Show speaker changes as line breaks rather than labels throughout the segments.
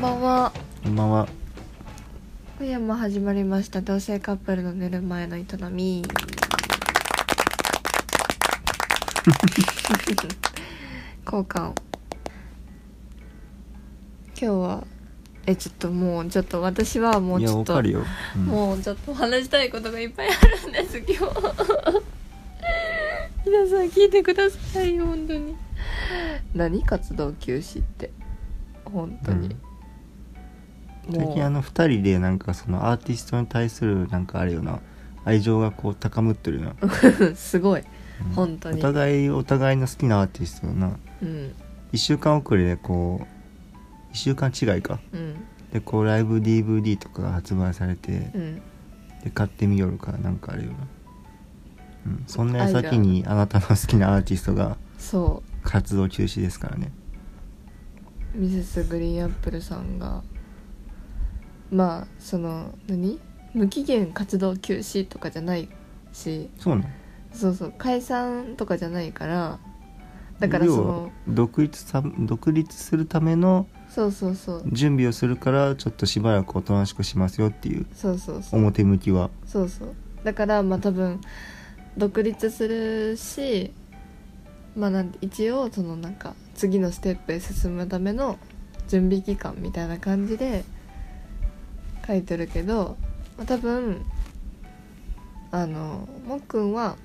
ばんは
こんばんは。
今夜も始まりました同性カップルの寝る前の営 み交換音今日はえちょっともうちょっと私はもう
い
ち
や、
ょ
わ
っと
かるよ。うん
もうちょっと話したいことがいっぱいあるんです今日 皆さん聞いてくださいよ本当に何活動休止って本当に、
うん最
も
近あ
う
の二人でなんかそのアーティストに対するなんかあれよな愛情がこう高まってるよな、
すごい
う ん
本当に
お互いお互いの好きなアーティストだな
うん
1週間遅れでこう1週間違いか
うん
でこうライブ DVD とかが発売されて
うん
で買ってみよるからなんかあれよな、うん、そんな矢先にあなたの好きなアーティストが
そ
活動休止ですからね
うミセスグリーンアップルさんがまあその何無期限活動休止とかじゃないし
そうなん
そうそう解散とかじゃないからだからそ
要は
の
独立さ独立するための
そうそうそう
準備をするからちょっとしばらくおとなしくしますよっていう
そうそうそう
表向きは
そうそうだからまあ多分独立するしまあなんて一応そのなんか次のステップへ進むための準備期間みたいな感じで書いてるけど、まあ、多分あのもっくんは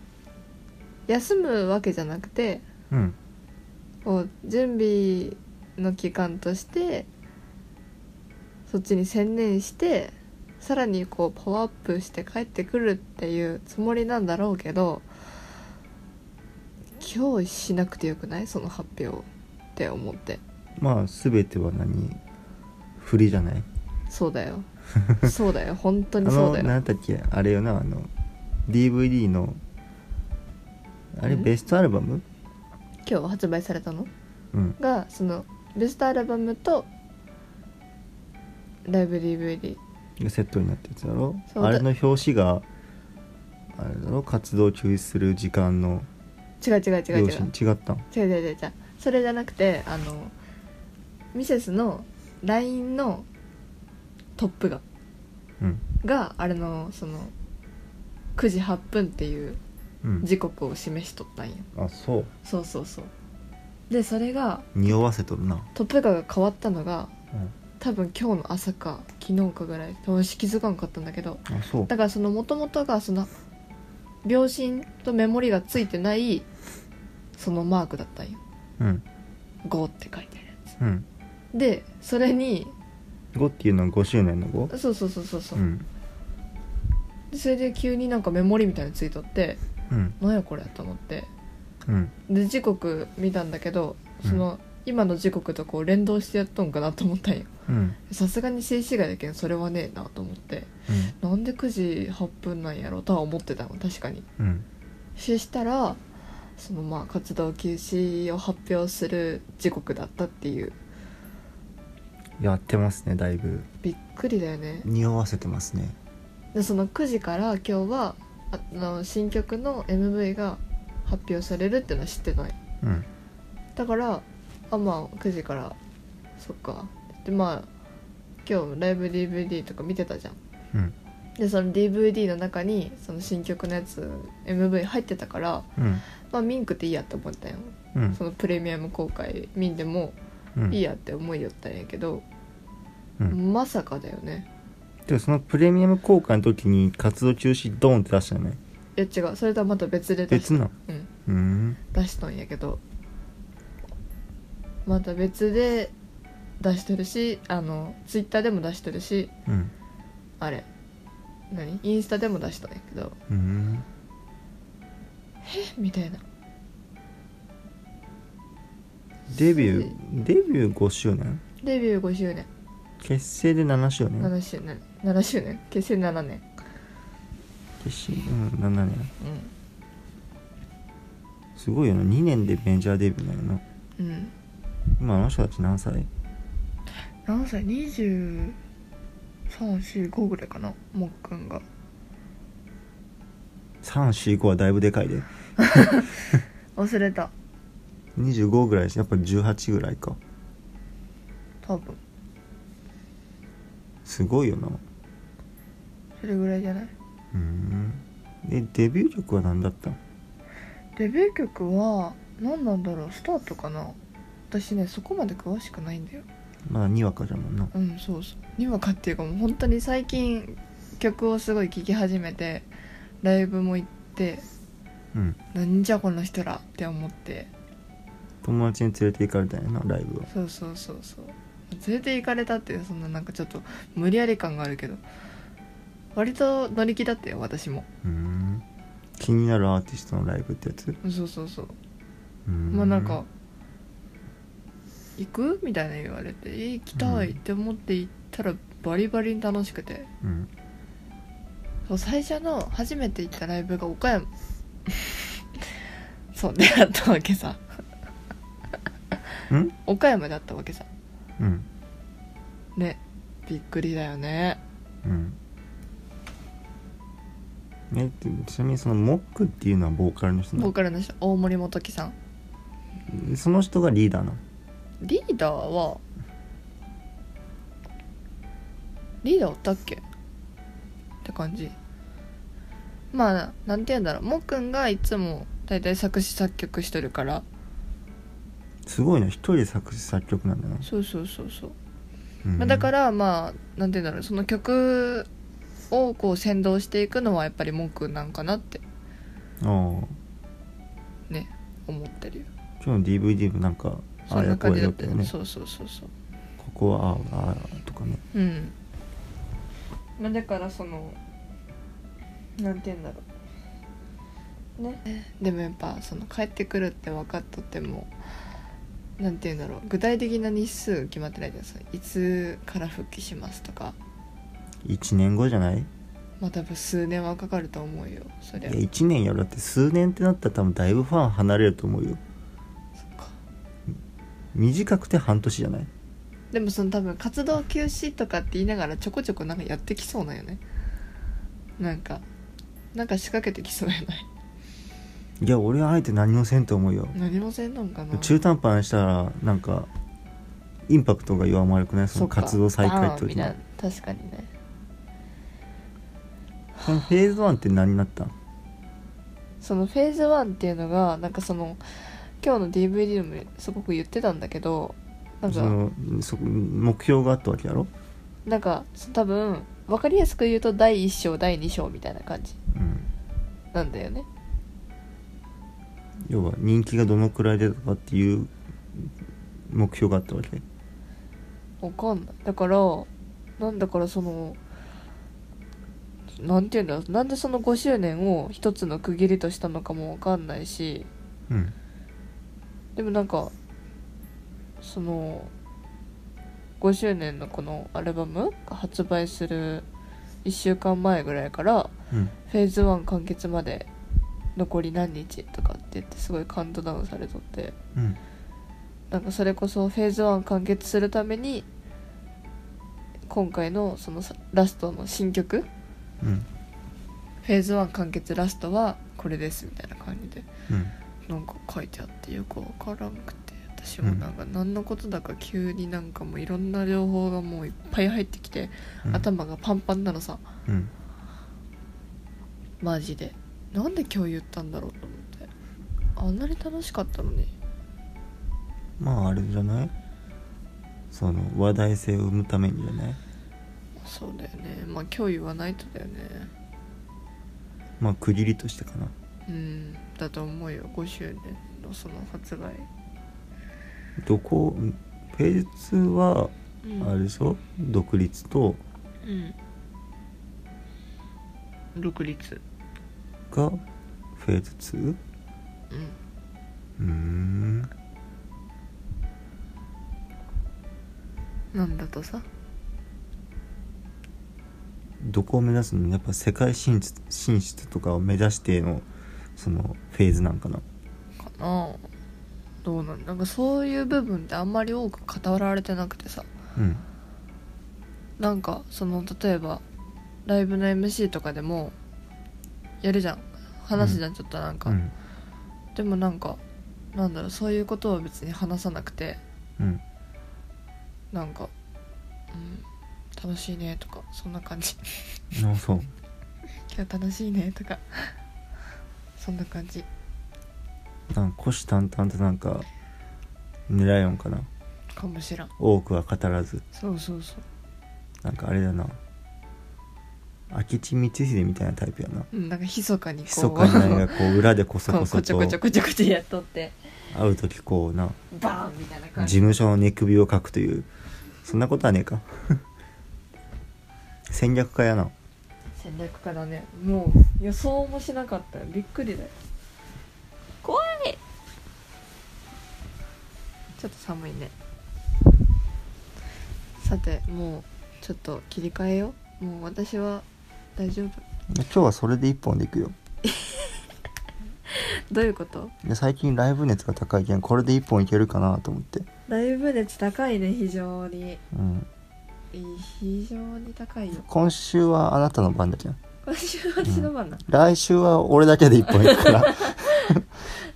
休むわけじゃなくて
うん
こう準備の期間としてそっちに専念してさらにこうパワーアップして帰ってくるっていうつもりなんだろうけど今日しなくてよくないその発表って思って
まあ全ては何振りじゃない
そうだ よそうだよ本当
あ
にそう
の
だよ
何だっけあれよなあの DVD のあれ
ん
ベストアルバム
今日発売されたの
うん
がそのベストアルバムとライブ DVD
セットになったやつだろ
そうだ
あれの表紙があれだろ活動休止する時間の
違う違う違う違
両
う
親違ったん
違う違う違う違うそれじゃなくてあのミセスの LINE のトップが
うん
があれのその9時8分っていう
うん
時刻を示しとったんよ
あそう
そうそうそうでそれが
匂わせとるな、
トップがが変わったのが
う
多分今日の朝か昨日かぐらい私気づかんかったんだけど
ん、あそう
だからその元々がその秒針とメモリがついてないそのマークだったんよ
うん
5って書いてあるやつ
うん
でそれに
5っていうのは5周年の 5?
そうそうそうそうそう
う、ん
でそれで急になんかメモリみたいについとって
うん
何やこれと思って
うん
で時刻見たんだけど
うん
その、今の時刻とこう連動してやっとんかなと思ったんよ
うん
さすがに静止画だけんそれはねえなと思ってなんで9時8分なんやろとは思ってたの確かに
うん
そしたらそのまあ活動休止を発表する時刻だったっていう
やってますねだいぶ
びっくりだよね
匂わせてますね
でその9時から今日はあの新曲の MV が発表されるっていうのは知ってない
うん
だからあまあ9時からそっかでまあ今日ライブ DVD とか見てたじゃん
うん
でその DVD の中にその新曲のやつ MV 入ってたから
うん
まあミンクっていいやって思ったよ
うん
そのプレミアム公開ミンでも
うん
いいやって思いよったんやけど、
うん
まさかだよね
でもそのプレミアム公開の時に活動中止ドーンって出したよね
いや違うそれとはまた別で出し
別
た
な
うん
うん
出したんやけどまた別で出してるしあのツイッターでも出してるし
うん
あれ何インスタでも出したんやけど
うん
えみたいな
デビューデビュー5周年
デビュー5周年
結成で7周年
7周年7周年結成7年
結成うん7年
う
すごいよな2年でメジャーデビューだよなん
うん
今あの人たち何歳
何歳2345ぐらいかなもっくんが
?345 はだいぶでかいで
忘れた
25ぐらいしやっぱ18ぐらいか
多分
すごいよな
それぐらいじゃない
うんでデビュー曲は何だったの
デビュー曲は何なんだろうスタートかな私ねそこまで詳しくないんだよ
まだにわかじゃもんな
うんそうそうにわかっていうかもう本当に最近曲をすごい聴き始めてライブも行って
うん
なんじゃこの人らって思って
友達に連れて行かれたんやなライブを
そうそうそうそう連れて行かれたっていうそんななんかちょっと無理やり感があるけど割と乗り気だったよ私も
うん気になるアーティストのライブってやつ
そうそうそう
うん
まあなんか「行く?」みたいな言われて「え行きたい」って思って行ったらバリバリに楽しくて
うん
そう最初の初めて行ったライブが岡山 そうであったわけさ
うん
岡山であったわけさ
うん
ねびっくりだよね
うんえってちなみにそのモックっていうのはボーカルの人な
ボー
の
カルの人大森元樹さん
その人がリーダーなの
リーダーはリーダーおったっけって感じまあなんて言うんだろうもっくんがいつも大体作詞作曲しとるから
すごいな一人で作詞作曲なんだな、
そうそうそうそう、
うん
まあ、だからまあなんて言うんだろうその曲をこう先導していくのはやっぱりもっくんなんかなって
ああ今
ね思ってるよ
日の DVD もなんかあ
そ
あ
ん
や
な
こ
感
う
じ
や
だ
だっ
ったた
よ
よね
ね
そうそうそうそう
ここはああああとかね
うん、まあ、だからそのなんて言うんだろうねでもやっぱその帰ってくるって分かっとってもなんて言うんだろう具体的な日数決まってないじゃないですかいつから復帰しますとか
1年後じゃない
まあ多分数年はかかると思うよそ
い
りゃ
や1年やろだって数年ってなったら多分だいぶファン離れると思うよ
そっか
短くて半年じゃない
でもその多分活動休止とかって言いながらちょこちょこなんかやってきそうなんよねなんかなんか仕掛けてきそうやない
いや俺はあえて何もせんと思うよ
何もせんのんかな
中途半端にしたらなんかインパクトが弱まるくないそ
そ
の
っか
活動再開って
バーンみ
時
たい
に
な確かにね
このフェーズ1って何になったの
そのフェーズ1っていうのがなんかその今日の DVD でもすごく言ってたんだけどなん
そ
か
のそ目標があったわけやろ、
なんかそ多分分かりやすく言うと第1章第2章みたいな感じ
うん、
なんだよね
要は人気がどのくらい出たかっていう目標があったわけ
わかんないだからなんだからそのなんていうんだろうなんでその5周年を一つの区切りとしたのかもわかんないし
うん
でもなんかその5周年のこのアルバムが発売する1週間前ぐらいから
うん
フェーズ1完結まで残り何日とかって言ってすごいカウントダウンされとって
うん
なんかそれこそフェーズ1完結するために今回のそのさラストの新曲
うん
フェーズ1完結ラストはこれですみたいな感じで
うん
なんか書いてあってよくわからんくて私もなんか何のことだか急になんかもういろんな情報がもういっぱい入ってきて、
うん
頭がパンパンなのさ
うん
マジでなんで今日言ったんだろうと思ってあんなに楽しかったのに
まああれじゃないその話題性を生むためにじゃない
そうだよねまあ今日言わないとだよね
まあ区切りとしてかな
うんだと思うよ5周年のその発売、
どこフェーズは
うん、
あれでしょ、独立と
うん独立
がフェーズ
う
2?
ん
うーん
なんだとさ
どこを目指すのやっぱ世界進出進出とかを目指してのそのフェーズなんかな
かなどうなんなんかそういう部分ってあんまり多く語られてなくてさ
うん
なんかその例えばライブの MC とかでもやるじゃん話すじゃん、ちょっとなんか、
うん
でもなんかなんだろうそういうことは別に話さなくて
うん
なんか、うん、楽しいね」とかそんな感じ
あそう
「今日楽しいね」とか そんな感じ
なんか虎視眈々となんか狙いよんかな
かもしらん
多くは語らず
そうそうそう
なんかあれだな明智光秀みたいなタイプやな
うんなんか密かにこう
密かに何かこう裏でこそ
こ
こ
う
そ
こちょ
と
こちょこちょこちょやっとって
会う時こうな
バーンみたいな感
事
じ
務所の寝首をかくというそんなことはねえか 戦略家やな
戦略家だねもう予想もしなかったよびっくりだよ怖いちょっと寒いねさてもうちょっと切り替えようもう私は大丈夫
今日はそれで一本でいくよ
どういうこと
で最近ライブ熱が高いけんこれで一本いけるかなと思って
だいぶ熱高いね非常に
うん
非常に高いよ
今週はあなたの番だけん
今週は私の番だ、
来週は俺だけで一本いくから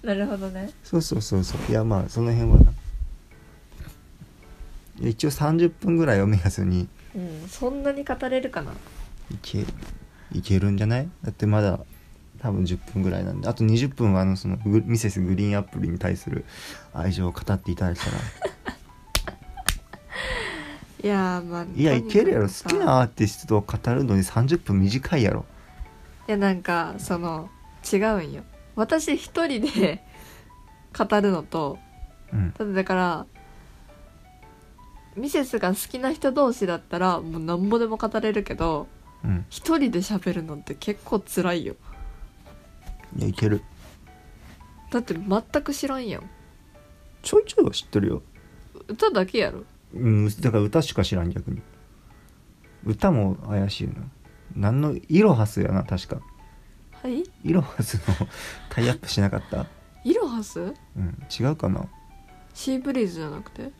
なるほどね
そうそうそうそういやまあその辺はな一応30分ぐらいを目安に
うんそんなに語れるかない
けいけるんじゃないだってまだ多分10分ぐらいなんであと20分はあのそのグミセスグリーンアップルに対する愛情を語っていただいたら
いやーまあ
いやいけるや
と
ろ
にか
好
く
き
さ
なアーティストを語るのに30分短いやろ
いやなんかその違うんよ私一人で 語るのと
うん
ただだからミセスが好きな人同士だったらもうなんぼでも語れるけど
うん
一人で喋るのって結構辛いよ
いやいける
だって全く知らんやん
ちょいちょいは知ってるよ
歌だけやろ
うんだから歌しか知らん逆に歌も怪しいな何のイロハスやな確か
はい
イロハスのタイアップしなかった
イロハス
うん違うかな
シーブリーズじゃなくて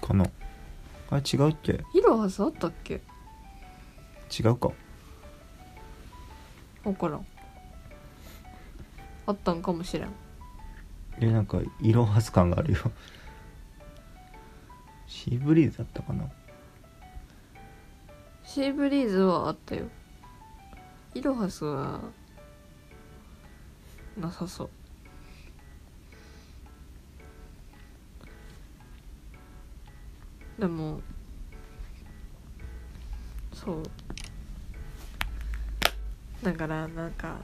かなあれ違うっけ
イロハスあったっけ
違うか
分からんあったんかもしれん
えなんかイロハス感があるよシーブリーズだったかな
シーブリーズはあったよイロハスはなさそうでもそうだからなんか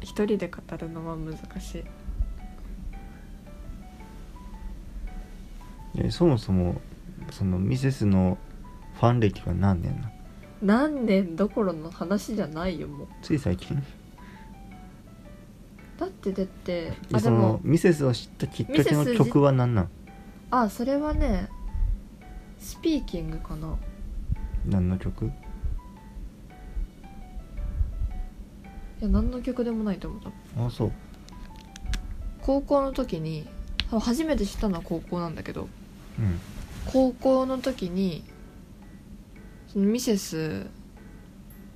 一人で語るのは難しい
えそもそもそのミセスのファン歴は何年なの
何年どころの話じゃないよもう
つい最近
だってだって
え
あで
そ
も
のミセスを知ったきっかけ
ミセス
の
じ
曲は何なん
あそれはねスピーキングかな
何の曲
いや何の曲でもないと思った
あそう
高校の時に多分初めて知ったのは高校なんだけど
うん
高校の時にそのミセス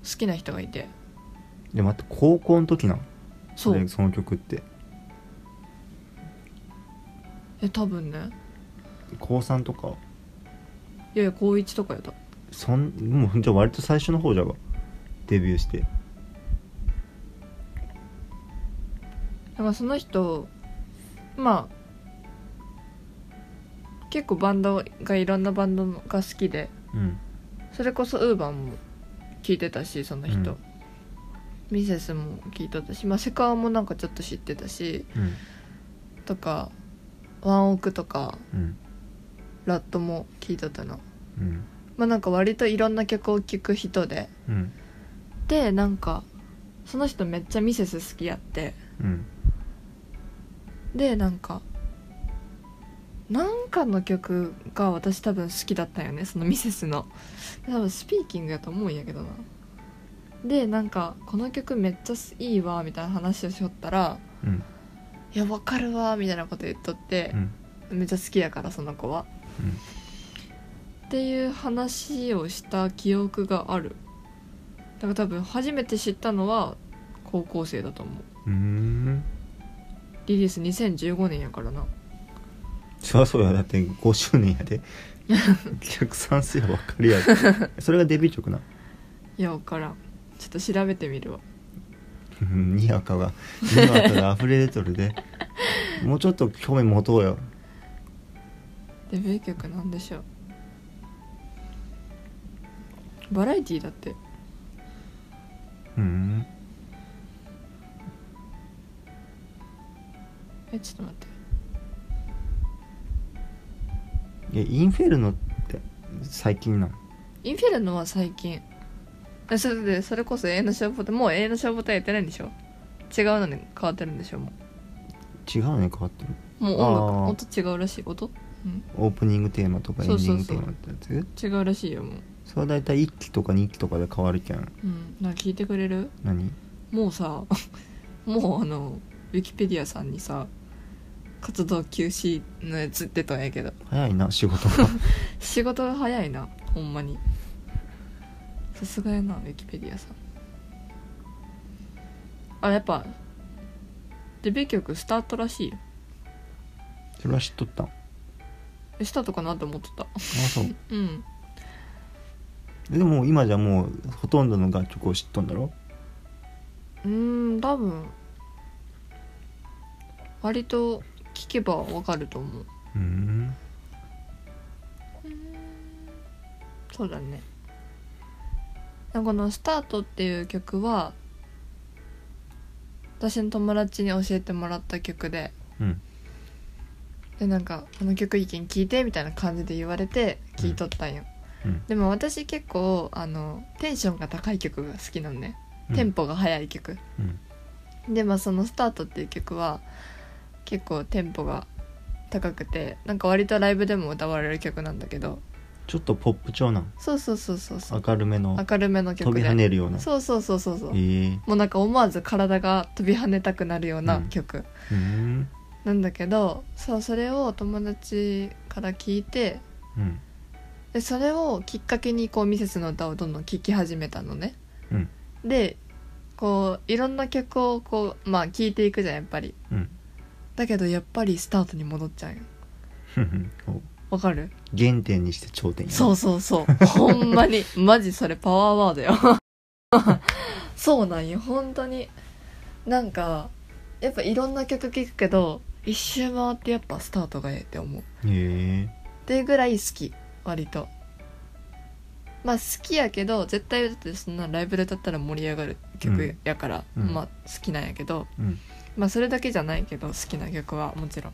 好きな人がいて
で待って高校の時なの
そ
で
う
その曲って
え多分ね
高3とか
いやいや高1とかやった
そんもうじゃあ割と最初の方じゃがデビューして
だからその人まあ結構バンドがいろんなバンドが好きで
うん
それこそウーバーも聞いてたしその人、
うん
ミセスも聞いてたし、まあ、セカオワもなんかちょっと知ってたし
うん
とかワンオクとか
うん
ラットも聞いてたの
うん
まあなんか割といろんな曲を聴く人で
うん
でなんかその人めっちゃミセス好きやって
うん
でなんかなんかの曲が私多分好きだったよねそのミセスの多分スピーキングやと思うんやけどなでなんかこの曲めっちゃいいわみたいな話をしよったら
うん
「いやわかるわ」みたいなこと言っとって
う、ん
めっちゃ好きやからその子は
うん
っていう話をした記憶があるだから多分初めて知ったのは高校生だと思う
うーん
リリース2015年やからな
そりゃそうやだって5周年やで逆算すりゃ分かるや ろそれがデビュー曲ない
や分からんちょっと調べてみるわ
うんにわかがにわかが溢れ出とるでもうちょっと興味持とうよ
デビュー曲なんでしょうバラエティーだって
うん
えちょっと待って
いやインフェルノって最近なの
インフェルノは最近えそれでそれこそ永遠の消防隊もう永遠の消防隊やってないんでしょ違うのに変わってるんでしょも
違うね変わってる
うもう音
あー
楽音違うらしい音、うん、
オープニングテーマとかエンデ
そう
ィ
そう
ン
そう
グテーマってやつそ
違うらしいよもう
れは大体1期とか2期とかで変わるけん
うんなんか聞いてくれる
何
もうさ もうあのウィキペディアさんにさ活動休止のやつ出たんやけど
早いな仕 事が
仕事が早いなほんまにさすがやなウィキペディアさんあやっぱデビュー曲スタートらしいよ
それは知っとったんあ
えスタートかなって思ってた
そう
うん
でも今じゃもうほとんどの楽曲を知っとんだろ
うーん多分割と聞けばわかると思う
うん
そうだねなんかこの「スタート」っていう曲は私の友達に教えてもらった曲で
うん
でなんか「この曲意見聞いて」みたいな感じで言われて聞いとったんよ、
うん
でも私結構あのテンションが高い曲が好きなのね、テンポが速い曲
うん
でまあその「スタート」っていう曲は結構テンポが高くてなんか割とライブでも歌われる曲なんだけど
ちょっとポップ調なん
そうそうそうそうそう
明るめの
明るめの
飛
曲
び
で
跳ねるような
そうそうそうそうそう
ええ
もうなんか思わず体が飛び跳ねたくなるような
うん
曲
うん
なんだけど、そうそれを友達から聞いて
うん
でそれをきっかけにこうミセスの歌をどんどん聴き始めたのね
うん
でこういろんな曲をこうまあ聴いていくじゃんやっぱり
うん
だけどやっぱりスタートに戻っちゃうよ
ふんふ んこう
わかる
原点にして頂点やな
そうそうそう ほんまにマジそれパワーワードよ そうなんよ本当になんかやっぱいろんな曲聴くけど一周回ってやっぱスタートがええって思うっ
へえ
ていうぐらい好き割とまあ好きやけど絶対だってそんなライブで歌ったら盛り上がる曲やから、
うん
まあ好きなんやけど
うん
まあそれだけじゃないけど好きな曲はもちろん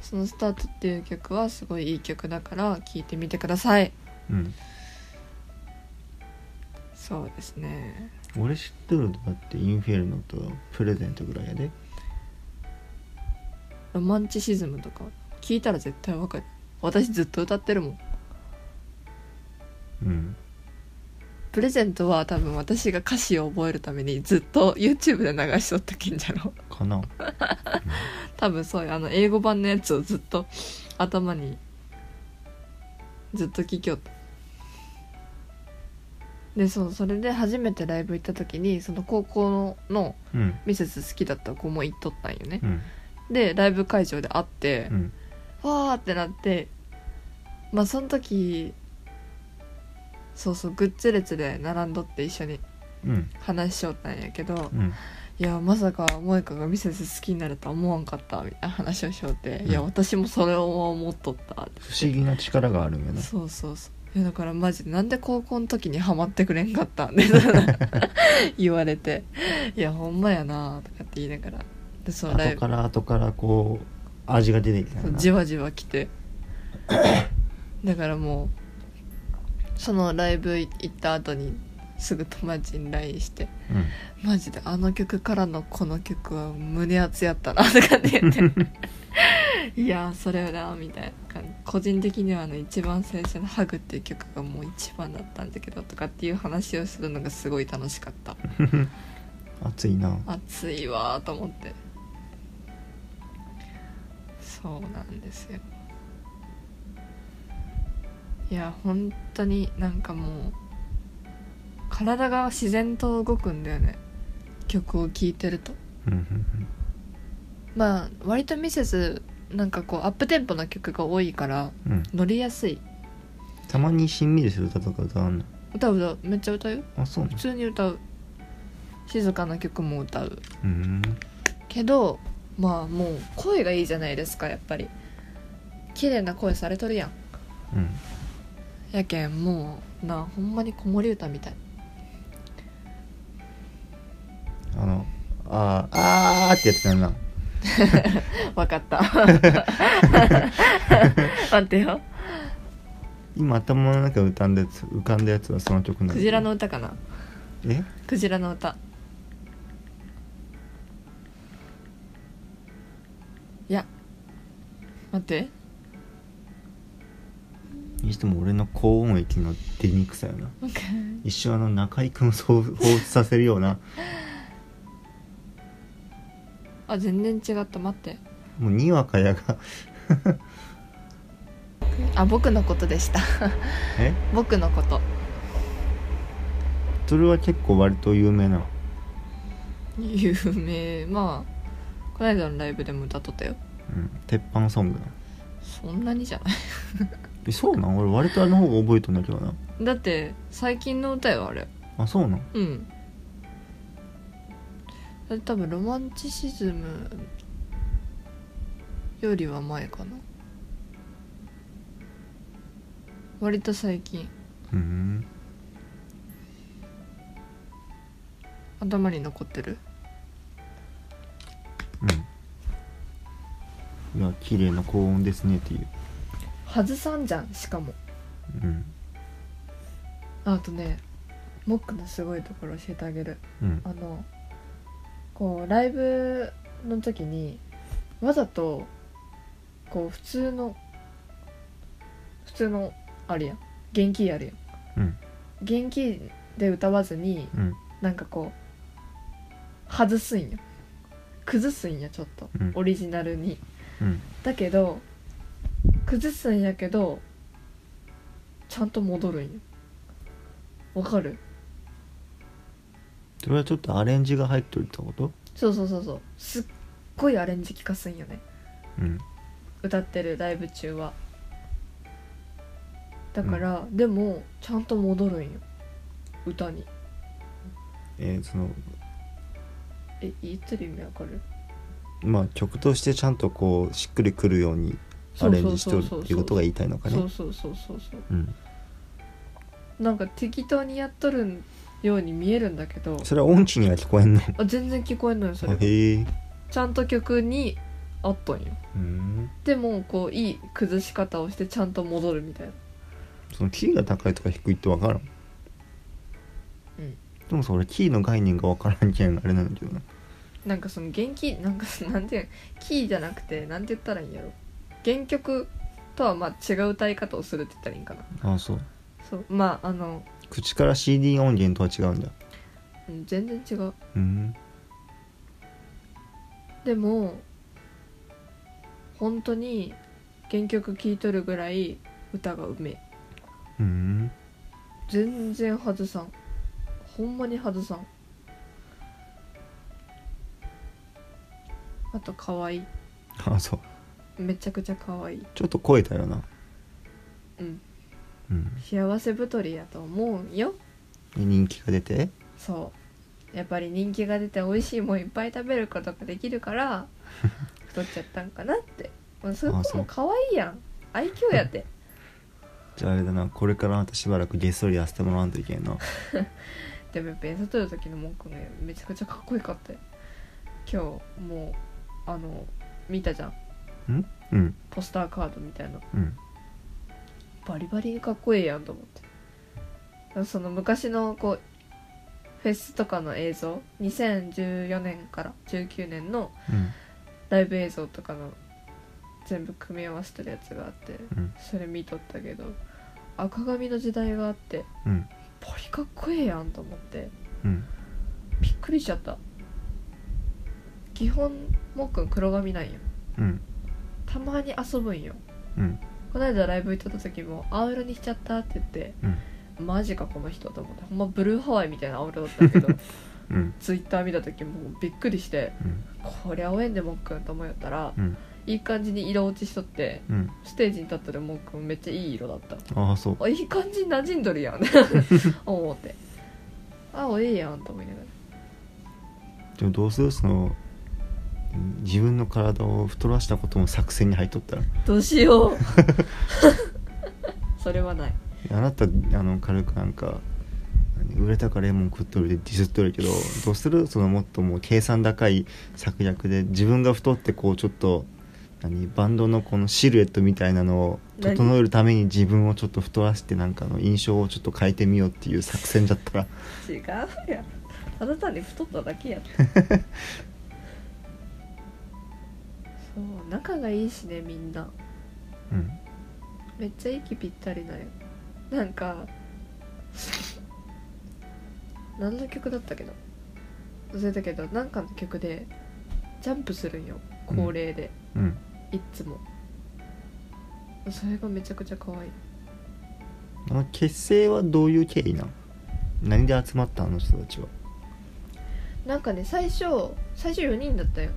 その「スタート」っていう曲はすごいいい曲だから聴いてみてください
うん
そうですね
俺知っとるのだってインフェルノとプレゼントぐらいやで
ロマンチシズムとか聞いたら絶対わかる私ずっと歌ってるもん
うん
プレゼントは多分私が歌詞を覚えるためにずっと YouTube で流しとったけんじゃろ
かな
多分そういうあの英語版のやつをずっと頭にずっと聞きよったでそうそれで初めてライブ行った時にその高校のの
うん
ミセス好きだった子も行っとったんよね
うん
でライブ会場で会って、
うん
わーってなってまあその時そうそうグッズ列で並んどって一緒に
うん
話しよったんやけど
うん
いやまさか萌香がミセス好きになるとは思わんかったみたいな話をしよって、
うん
いや私もそれを思っとったって
不思議な力があるんやな
そうそうそういやだからマジでなんで高校の時にハマってくれんかったんで 言われていやほんまやなとかって言いながらでそうライ
後
ブ
から後からこう味が出てきた
そう
よな
じわじわ来 てだからもうそのライブ行った後にすぐ友達に LINE して
う
「
ん
マジであの曲からのこの曲は胸熱やったな」とかって言って「いやーそれやな」みたいな感じ個人的にはあの一番最初の「ハグ」っていう曲がもう一番だったんだけどとかっていう話をするのがすごい楽しかった
熱いな
暑いわーと思ってそうなんですよいや本当になんかもう体が自然と動くんだよね曲を聴いてると
うんうん
まあ割とミセスなんかこうアップテンポな曲が多いから
うん
乗りやすい
たまにしんみりする歌とか歌わんの
歌う歌うめっちゃ歌うよ
あそうな
普
の
通に歌う静かな曲も歌う
うん
けどまあもう声がいいじゃないですかやっぱり綺麗な声されとるやん
うん
やけんもうなほんまに子守歌みたい
あのあーあーってやってたな
わかった 待ってよ
今頭の中に浮かんだやつ浮かんだやつはその曲なの
クジラの歌かな
え
クジラの歌いや待 って
にしても俺の高音域の出にくさよな一瞬あの中居君を彷彿させるような
あ全然違った待って
もうにわかやが
あ僕のことでした
え
僕のこと
それは結構割と有名なの
有名まあこの間のライブでも歌っとったよ
うん鉄板ソングなの
そんなにじゃない
えそうなん俺割とあの方が覚えとんだけどな
だって最近の歌よあれ
あそうなん
うんあれ多分ロマンチシズムよりは前かな割と最近
うん
頭に残ってる
うんいや綺麗な高音ですねっていう
外さんじゃんしかも
うん
あとねモックのすごいところ教えてあげる
うん
あのこうライブの時にわざとこう普通の普通のあるやん元気あるやん
うん
元気で歌わずに
うん
なんかこう外すんよ崩すんやちょっと、
うん
オリジナルに
うん
だけど崩すんやけどちゃんと戻るんよわかる
それはちょっとアレンジが入ってるってこと
そうそうそうそうすっごいアレンジ効かすんよね
うん
歌ってるライブ中はだから、でもちゃんと戻るんよ歌に
えーその
え言ってる意味わかる
まあ曲としてちゃんとこうしっくりくるようにアレンジしておるっていうことが言いたいのか
そ
ね
うそうそうそうそう
うん
なんか適当にやっとるように見えるんだけど
それは音痴には聞こえんの
あ全然聞こえんのよそれが
へえ
ちゃんと曲にあっとんよ
うん
でもこういい崩し方をしてちゃんと戻るみたいな
そのキーが高いとか低いって分からん
うん
でもさ俺キーの概念が分からんけんあれなんだけどな
なんかその元気なんかなんていうキーじゃなくてなんて言ったらいいんやろ原曲とはまあ違う歌い方をするって言ったらいいんかな
ああそう
そうまああの
口から CD 音源とは違うんだ
うん全然違う
うん
でも本当に原曲聴いとるぐらい歌がうめえ
うん
全然外さんほんまに外さんあと可愛い
ああそう
めちゃくちゃ可愛い
ちょっと超えたよな
うん
うん
幸せ太りやと思うよ
で人気が出て
そうやっぱり人気が出て美味しいもんいっぱい食べることができるから 太っちゃったんかなってもうそ
あ
こ
そう
も可愛いやん愛嬌やで
じゃああれだなこれからまたしばらくゲストリやせてもらわんといけんな
でもやっぱ演奏取る時の文句ねめちゃくちゃかっこよかったよ今日もうあの見たじゃん
うんうん
ポスターカードみたいな
うん
バリバリかっこいいやんと思ってその昔のこうフェスとかの映像2014年から19年の
うん
ライブ映像とかの全部組み合わせてるやつがあって
うん
それ見とったけど赤髪の時代があって
うん
バリかっこええやんと思って
うん
びっくりしちゃった基本もっくん黒髪なんよ
うん
たまに遊ぶんよ
うん
この間ライブ行っとった時も青色にしちゃったって言って
うん
マジかこの人と思ってほんまブルーハワイみたいな青色だったけ ど
うん
ツイッター見た時もうびっくりして
うん
こりゃ応援でもっくんと思いよったら
うん
いい感じに色落ちしとって
うん
ステージに立ったらもうくんめっちゃいい色だった
ああそう
あいい感じに馴染んどるやん思って青いいやんと思いながら
でもどうするそのうん自分の体を太らしたことも作戦に入っとったら
どうしようそれはない
あなたあの軽くなんか何売れたからレモン食っとるでディスっとるけどどうするそのもっともう計算高い策略で自分が太ってこうちょっと何バンドのこのシルエットみたいなのを
何
整えるために自分をちょっと太らせてなんかの印象をちょっと変えてみようっていう作戦じゃったら
違うやんただ単に太っただけやったそう仲がいいしねみんな
うん
めっちゃ息ぴったりだよなんか何の曲だったけど忘れたけどなんかの曲でジャンプするんよ恒例で、
うん
いっつもそれがめちゃくちゃ可愛い
あの結成はどういう経緯なん何で集まったあの人たちは
なんかね最初最初4人だったよ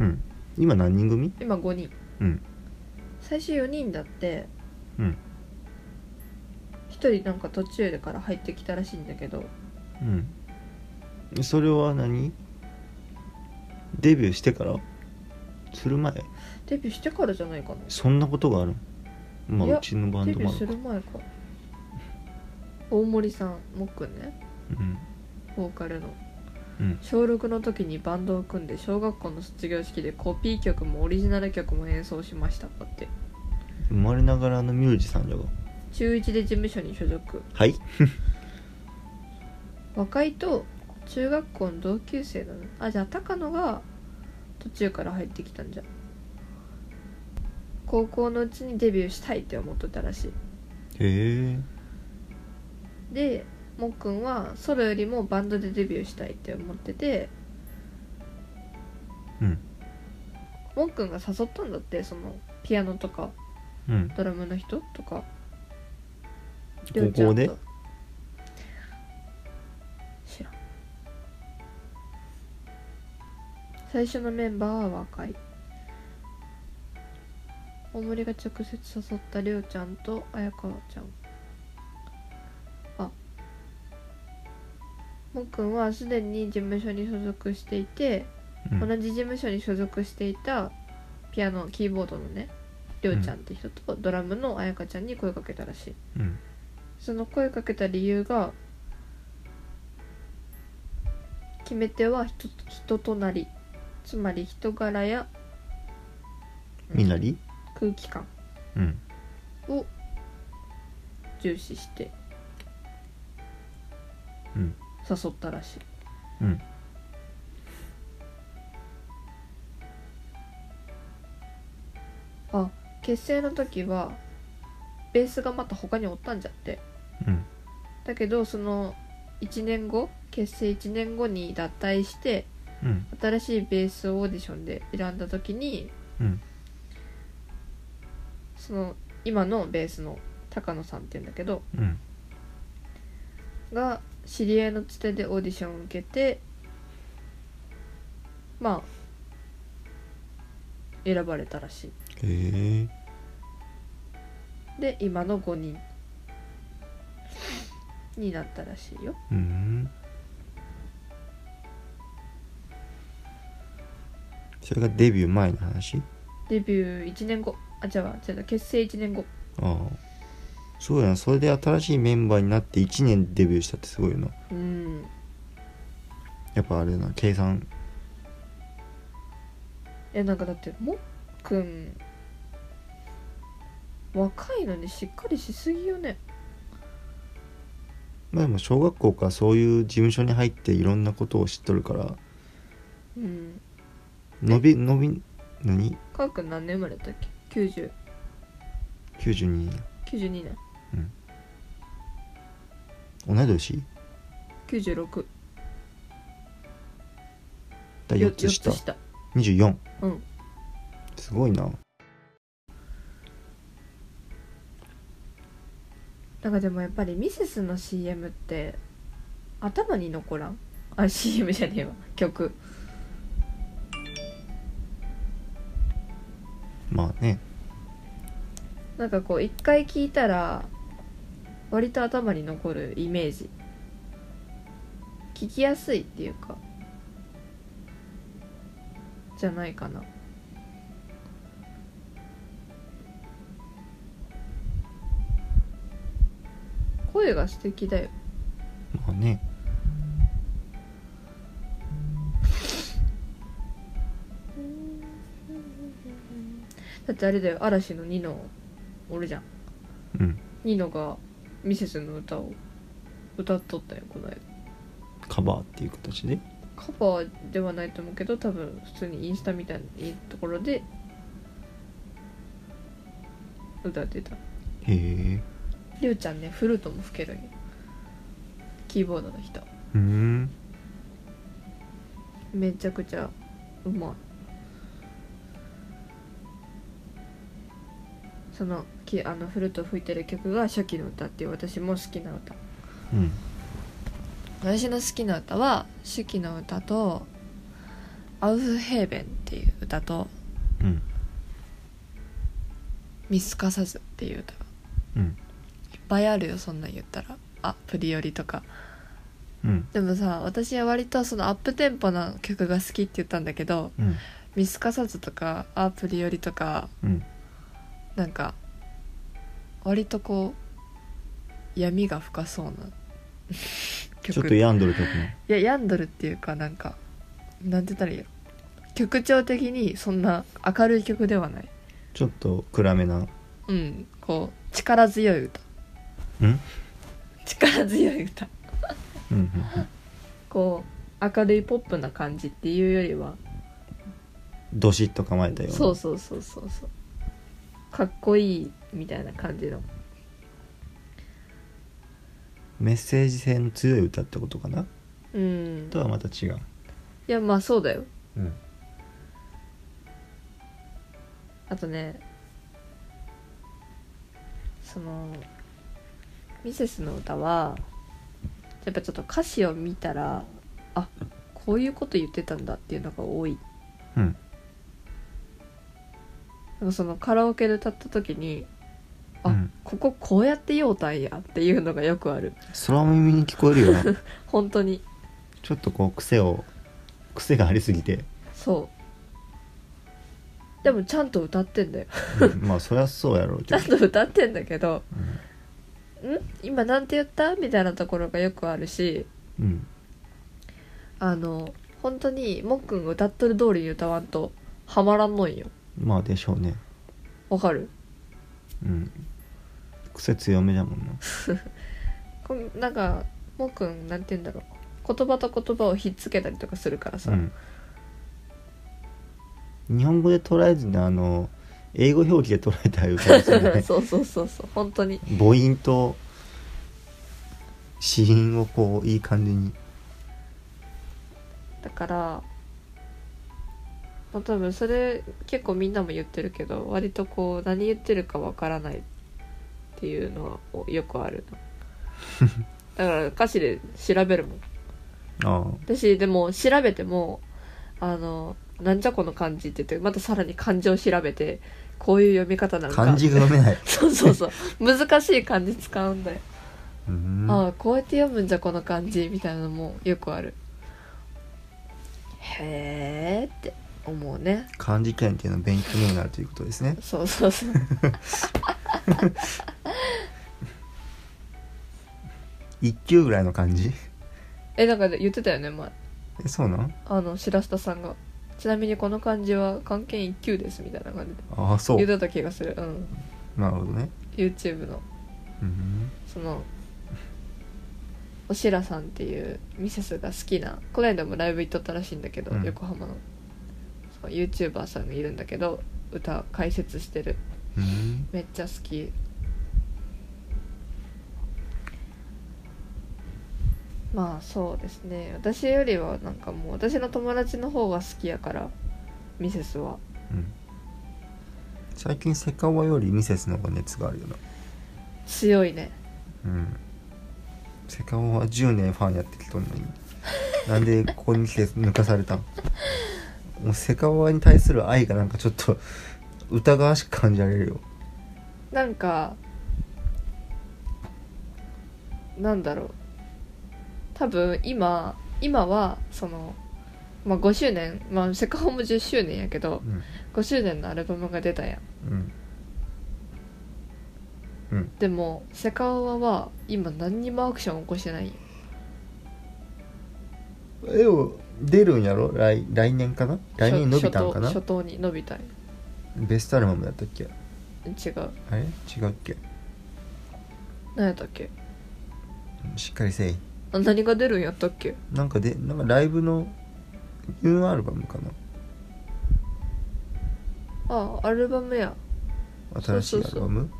うん今何人組
今5人
うん
最初4人だって
うん
1人なんか途中でから入ってきたらしいんだけど
うんそれは何デビューしてからする前
デビューしてからじゃないか
そんなことがあるま
い
あ
や
うちのバ
な
ン
デ
ド
ビュ
もあ
ーす
るか
る前か大森さんもっくんね
うん
ボーカルの
うん
小6の時にバンドを組んで小学校の卒業式でコピー曲もオリジナル曲も演奏しましただって
生まれながらのミュージシャンじゃが
中1で事務所に所属
はい
和解と中学校の同級生だねあじゃあ高野が途中から入ってきたんじゃ高校のうちにデビューしたいって思ってたらし
へえ
いでもっくんはソロよりもバンドでデビューしたいって思ってて
うん
もっくんが誘ったんだってそのピアノとか
うん
ドラムの人とかりょうち
高
ゃんと
校で
知らん最初のメンバーは若い大森が直接誘ったりょうちゃんと綾川ちゃんあもっくんはすでに事務所に所属していて、
うん
同じ事務所に所属していたピアノキーボードのねりょうちゃんって人とドラムの綾香ちゃんに声かけたらしい
うん
その声かけた理由が決め手は人人となりつまり人柄や
みなり
空気感
うん
を重視して
うん
誘ったらしい
うん
あ結成の時はベースがまた他におったんじゃって
うん
だけどその1年後結成1年後に脱退して
うん
新しいベースをオーディションで選んだ時に
うん
その今のベースの高野さんって言うんだけど
うん
が知り合いのつてでオーディションを受けてまあ選ばれたらし
へえ
いで今の5人になったらしいよ
うんそれがデビュー前の話
デビュー1年後あ違うわ違う結成1年後
ああそうやなそれで新しいメンバーになって1年デビューしたってすごいよな
うん
やっぱあれだな計算
えなんかだってもっくん若いのにしっかりしすぎよね
まあでも小学校からそういう事務所に入っていろんなことを知っとるから
うん
伸び伸び何
かーくん何年生まれだったっけ90
92
92年
同い年
96
だ
よ
4つ下
四つ下
24
うん
すごいな
なんかでもやっぱりミセスの CM って頭に残らんあ CM じゃねえわ曲
まあね
なんかこう一回聞いたら割と頭に残るイメージ聞きやすいっていうかじゃないかな声が素敵だよ
まあね
だってあれだよ嵐のニノおるじゃん
うん
ニノがミセスの歌を歌っとったよこの間
カバーっていう形で
カバーではないと思うけど多分普通にインスタみたいないいところで歌ってた
へえ
りゅうちゃんねフルートも吹けるんよキーボードの人
うん
めちゃくちゃうまいそのきあのフルート吹いてる曲が「初期の歌」っていう私も好きな歌
うん
私の好きな歌は「初期の歌」と「アウフヘーベン」っていう歌と
うん
「見透かさず」っていう歌が
うん
いっぱいあるよそんなん言ったらあプリオリとか
うん
でもさ私は割とそのアップテンポな曲が好きって言ったんだけど
うん
「見透かさず」とか「あプリオリ」とか
うん
なんか割とこう闇が深そうな曲
ちょっと病んどる曲ね
いや病んどるっていうかなんかなんて言ったらいいよ曲調的にそんな明るい曲ではない
ちょっと暗めな
うんこう力強い歌
うん
力強い歌
うんうん
こう明るいポップな感じっていうよりは
うんどしっと構えたような
そうそうそうそうそうかっこいいみたいな感じの
メッセージ性の強い歌ってことかな
うん
とはまた違う
いやまあそうだよ
うん
あとねそのミセスの歌はやっぱちょっと歌詞を見たらあこういうこと言ってたんだっていうのが多い
うん
なんかそのカラオケで歌った時にあ、
うん
こここうやって言おうたんやっていうのがよくある
空耳に聞こえるよな
本当に
ちょっとこう癖を癖がありすぎて、
そうでもちゃんと歌ってんだよ
うんまあそりゃそうやろう
ち
け
ゃ
ど
んと歌ってんだけど
う
「
ん
ん今なんて言った?」みたいなところがよくあるし
うん
あの本当にもっくんが歌っとる通りに歌わんとハマらんのんよ
まあでしょうね
わかる
うん癖強めだもんな
こんなんかもっくんなんて言うんだろう言葉と言葉をひっつけたりとかするからさ、
うん、日本語で捉えずにあの英語表記で捉えた歌ですよ ね
そうそうそうそう本当に
母音と子音をこういい感じに
だから、まあ、多分それ結構みんなも言ってるけど割とこう何言ってるかわからないっていうのはよくあるなだから歌詞で調べるもん
ああ
私でも調べてもあのなんじゃこの漢字って言ってまたさらに漢字を調べてこういう読み方なのか
漢字が読めない
そうそうそう難しい漢字使うんだよ、
うーん
ああこうやって読むんじゃこの漢字みたいなのもよくあるへえって思うね
漢字検定の勉強にもなるということですね
そうそうそう
一級ぐらいの漢字
えなんか言ってたよね前
えそうなん
あの白下さんがちなみにこの漢字は漢検1級ですみたいな感じで
ああそ
言っ
う
てた気がするうん
なるほどね
YouTube の
うん
そのおしらさんっていうミセスが好きなこの間もライブ行っとったらしいんだけど、
うん
横浜のその YouTuber さんがいるんだけど歌解説してる
うん
めっちゃ好きまあそうですね私よりはなんかもう私の友達の方が好きやからミセスは
うん最近セカオワよりミセスの方が熱があるよな
強いね
うんセカオワ10年ファンやってきとんのになんでここに来て抜かされたんもうセカオワに対する愛がなんかちょっと疑わしく感じられるよ
なんかなんだろう多分今今はその、まあ、5周年、まあ、セカホも10周年やけど
うん
5周年のアルバムが出たやん
うんうん
でもセカオワは今何にもアクション起こしてないんよ
でも出るんやろ来来年かな来年伸びたんかな
初頭初頭に伸びたんよ
ベストアルバムだったっけ
違う
あれ違うっけ
何やったっけ
しっかりせい
あ何が出るんやったっけ
なんかでなんかライブのニューアルバムか
あアルバムや
な新しいアルバム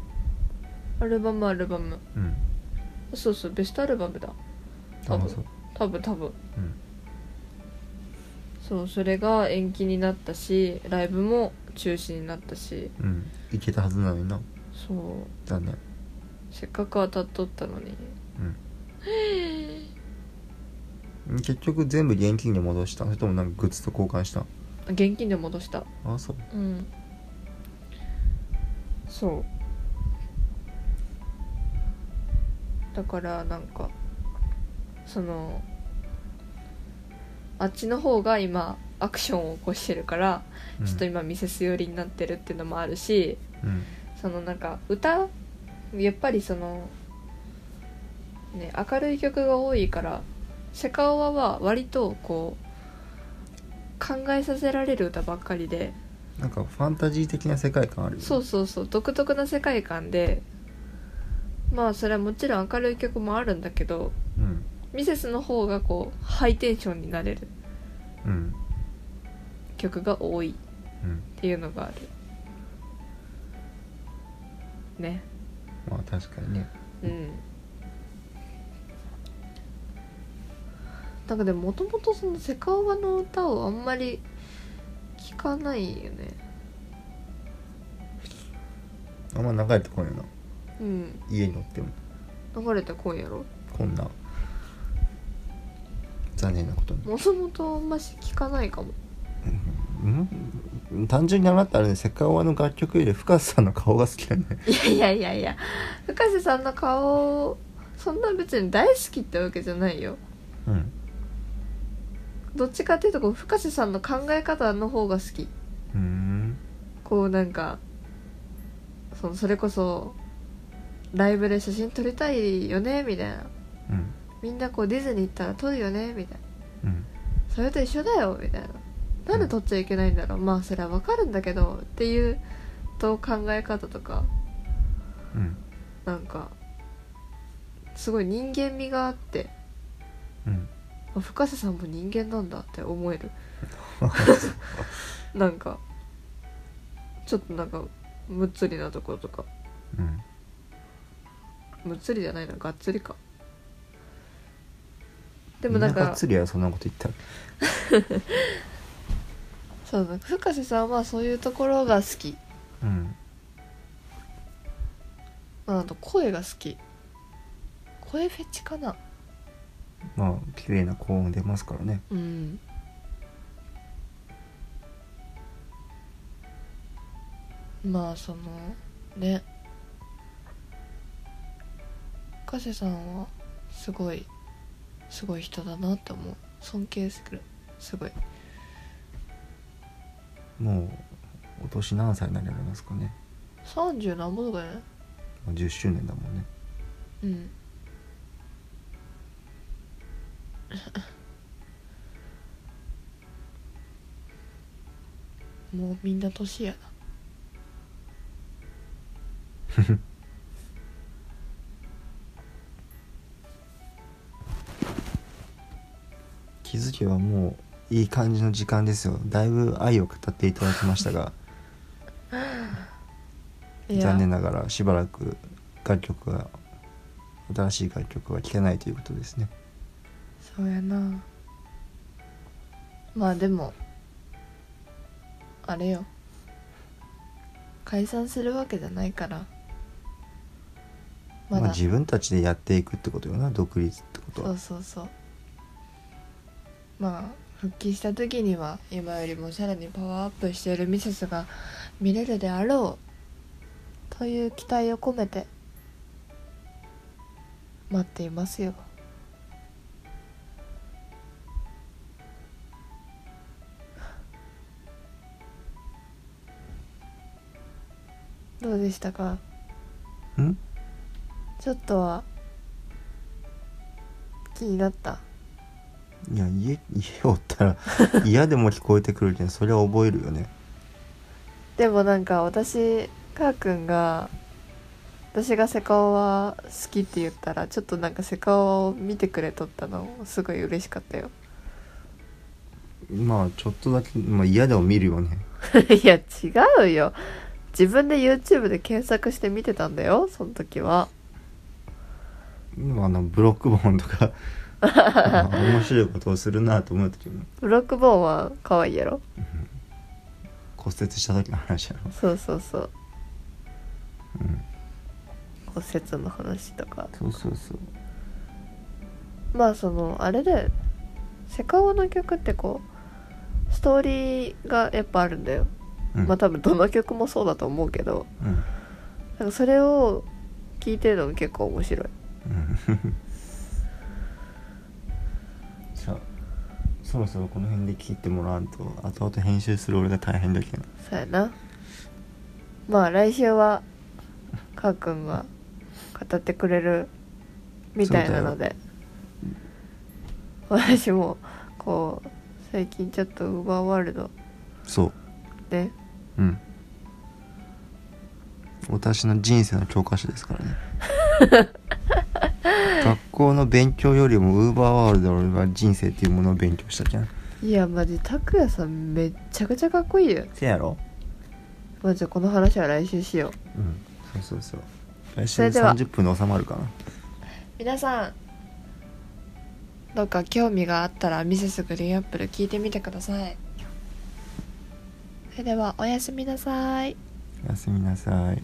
アルバムアルバム
うん
そうそうベストアルバムだ多
あ
分
そう
多分多分
うん
そうそれが延期になったしライブも中止になったし
うんいけたはずなのにな
そう
残念
せっかく当たっとったのに
うん結局全部現金に戻したそれともなんかグッズと交換した
現金で戻した
あそう
うんそうだからなんかそのあっちの方が今アクションを起こしてるから、
うん
ちょっと今ミセス寄りになってるっていうのもあるし
うん
そのなんか歌やっぱりそのね明るい曲が多いからセカオワは割とこう考えさせられる歌ばっかりで
なんかファンタジー的な世界観あるよね
そうそうそう独特な世界観でまあそれはもちろん明るい曲もあるんだけど
うん
ミセスの方がこうハイテンションになれる
うん
曲が多い
うん
っていうのがあるね
まあ確かにね
うんなんかでももともとそのセカオワの歌をあんまり聞かないよね
あんま流れてこないな
うん
家におっても
流れてこんやろ
こんな残念なことに、
もともとあんまし聞かないかも
うん、単純にあなたあれねセカオワの楽曲より深瀬さんの顔が好きだね
いやいやいやいや深瀬さんの顔そんな別に大好きってわけじゃないよ
うん
どっちかっていうとこう深瀬さんの考え方の方が好き
うん
こうなんかそのそれこそライブで写真撮りたいよねみたいな
うん
みんなこうディズニー行ったら撮るよねみたいな
うん
それと一緒だよみたいななんで撮っちゃいけないんだろうまあそれはわかるんだけどっていうと考え方とか
うん
なんかすごい人間味があって
うん
あ深瀬さんも人間なんだって思えるなんかちょっとなんかむっつりなところとか
うん
むっつりじゃないながっつりかで
で
もなんか
がっつりやそんなこと言ったら
そうなんか深瀬さんはそういうところが好き
うん
あと声が好き声フェチかな
まあ綺麗な高音出ますからね
うんまあそのね深瀬さんはすごいすごい人だなって思う尊敬するすごい
もうお年何歳になられますかね
30何本とかじゃない
もう10周年だもんね
うん もうみんな年やな
気づけばもういい感じの時間ですよだいぶ愛を語っていただきましたが
いや
残念ながらしばらく楽曲が新しい楽曲は聴けないということですね
そうやなまあでもあれよ解散するわけじゃないからま
ま
だ、
あ、自分たちでやっていくってことよな独立ってこと
そ
は
うそうそうまあ復帰した時には今よりもさらにパワーアップしているミセスが見れるであろうという期待を込めて待っていますよどうでしたか
ん
ちょっとは気になった
いや家 家おったら嫌でも聞こえてくるけんそりゃ覚えるよね
でもなんか私かーくんが私がセカオワ好きって言ったらちょっとなんかセカオワを見てくれとったのすごい嬉しかったよ
まあちょっとだけ、まあ、嫌でも見るよね
いや違うよ自分で YouTube で検索して見てたんだよその時は
まああのブロックボーンとかあ面白いことをするなと思う時も
ブロックボーンは可愛いやろ
骨折した時の話やろ
そうそうそう
うん
骨折の話とか
そうそうそう
まあそのあれでセカオワの曲ってこうストーリーがやっぱあるんだよ、
うん
まあ多分どの曲もそうだと思うけど
うん
なんかそれを聞いてるのも結構面白い
うん じゃあそろそろこの辺で切ってもらわんと後々編集する俺が大変だけど
そうやなまあ来週はかーくんが語ってくれるみたいなので私もこう最近ちょっとウーバーワールド
そう
で
うん私の人生の教科書ですからね 学校の勉強よりもウーバーワールドの俺は人生っていうものを勉強したじゃん
いやマジ拓哉さんめっちゃくちゃかっこいいよ
せやろ
まあ、じゃあこの話は来週しよう
うんそうそうそう来
そ
週
れでは
30分で収まるかな
皆さんどうか興味があったらミセスグリーンアップル聞いてみてくださいそれではおやすみなさい
おやすみなさい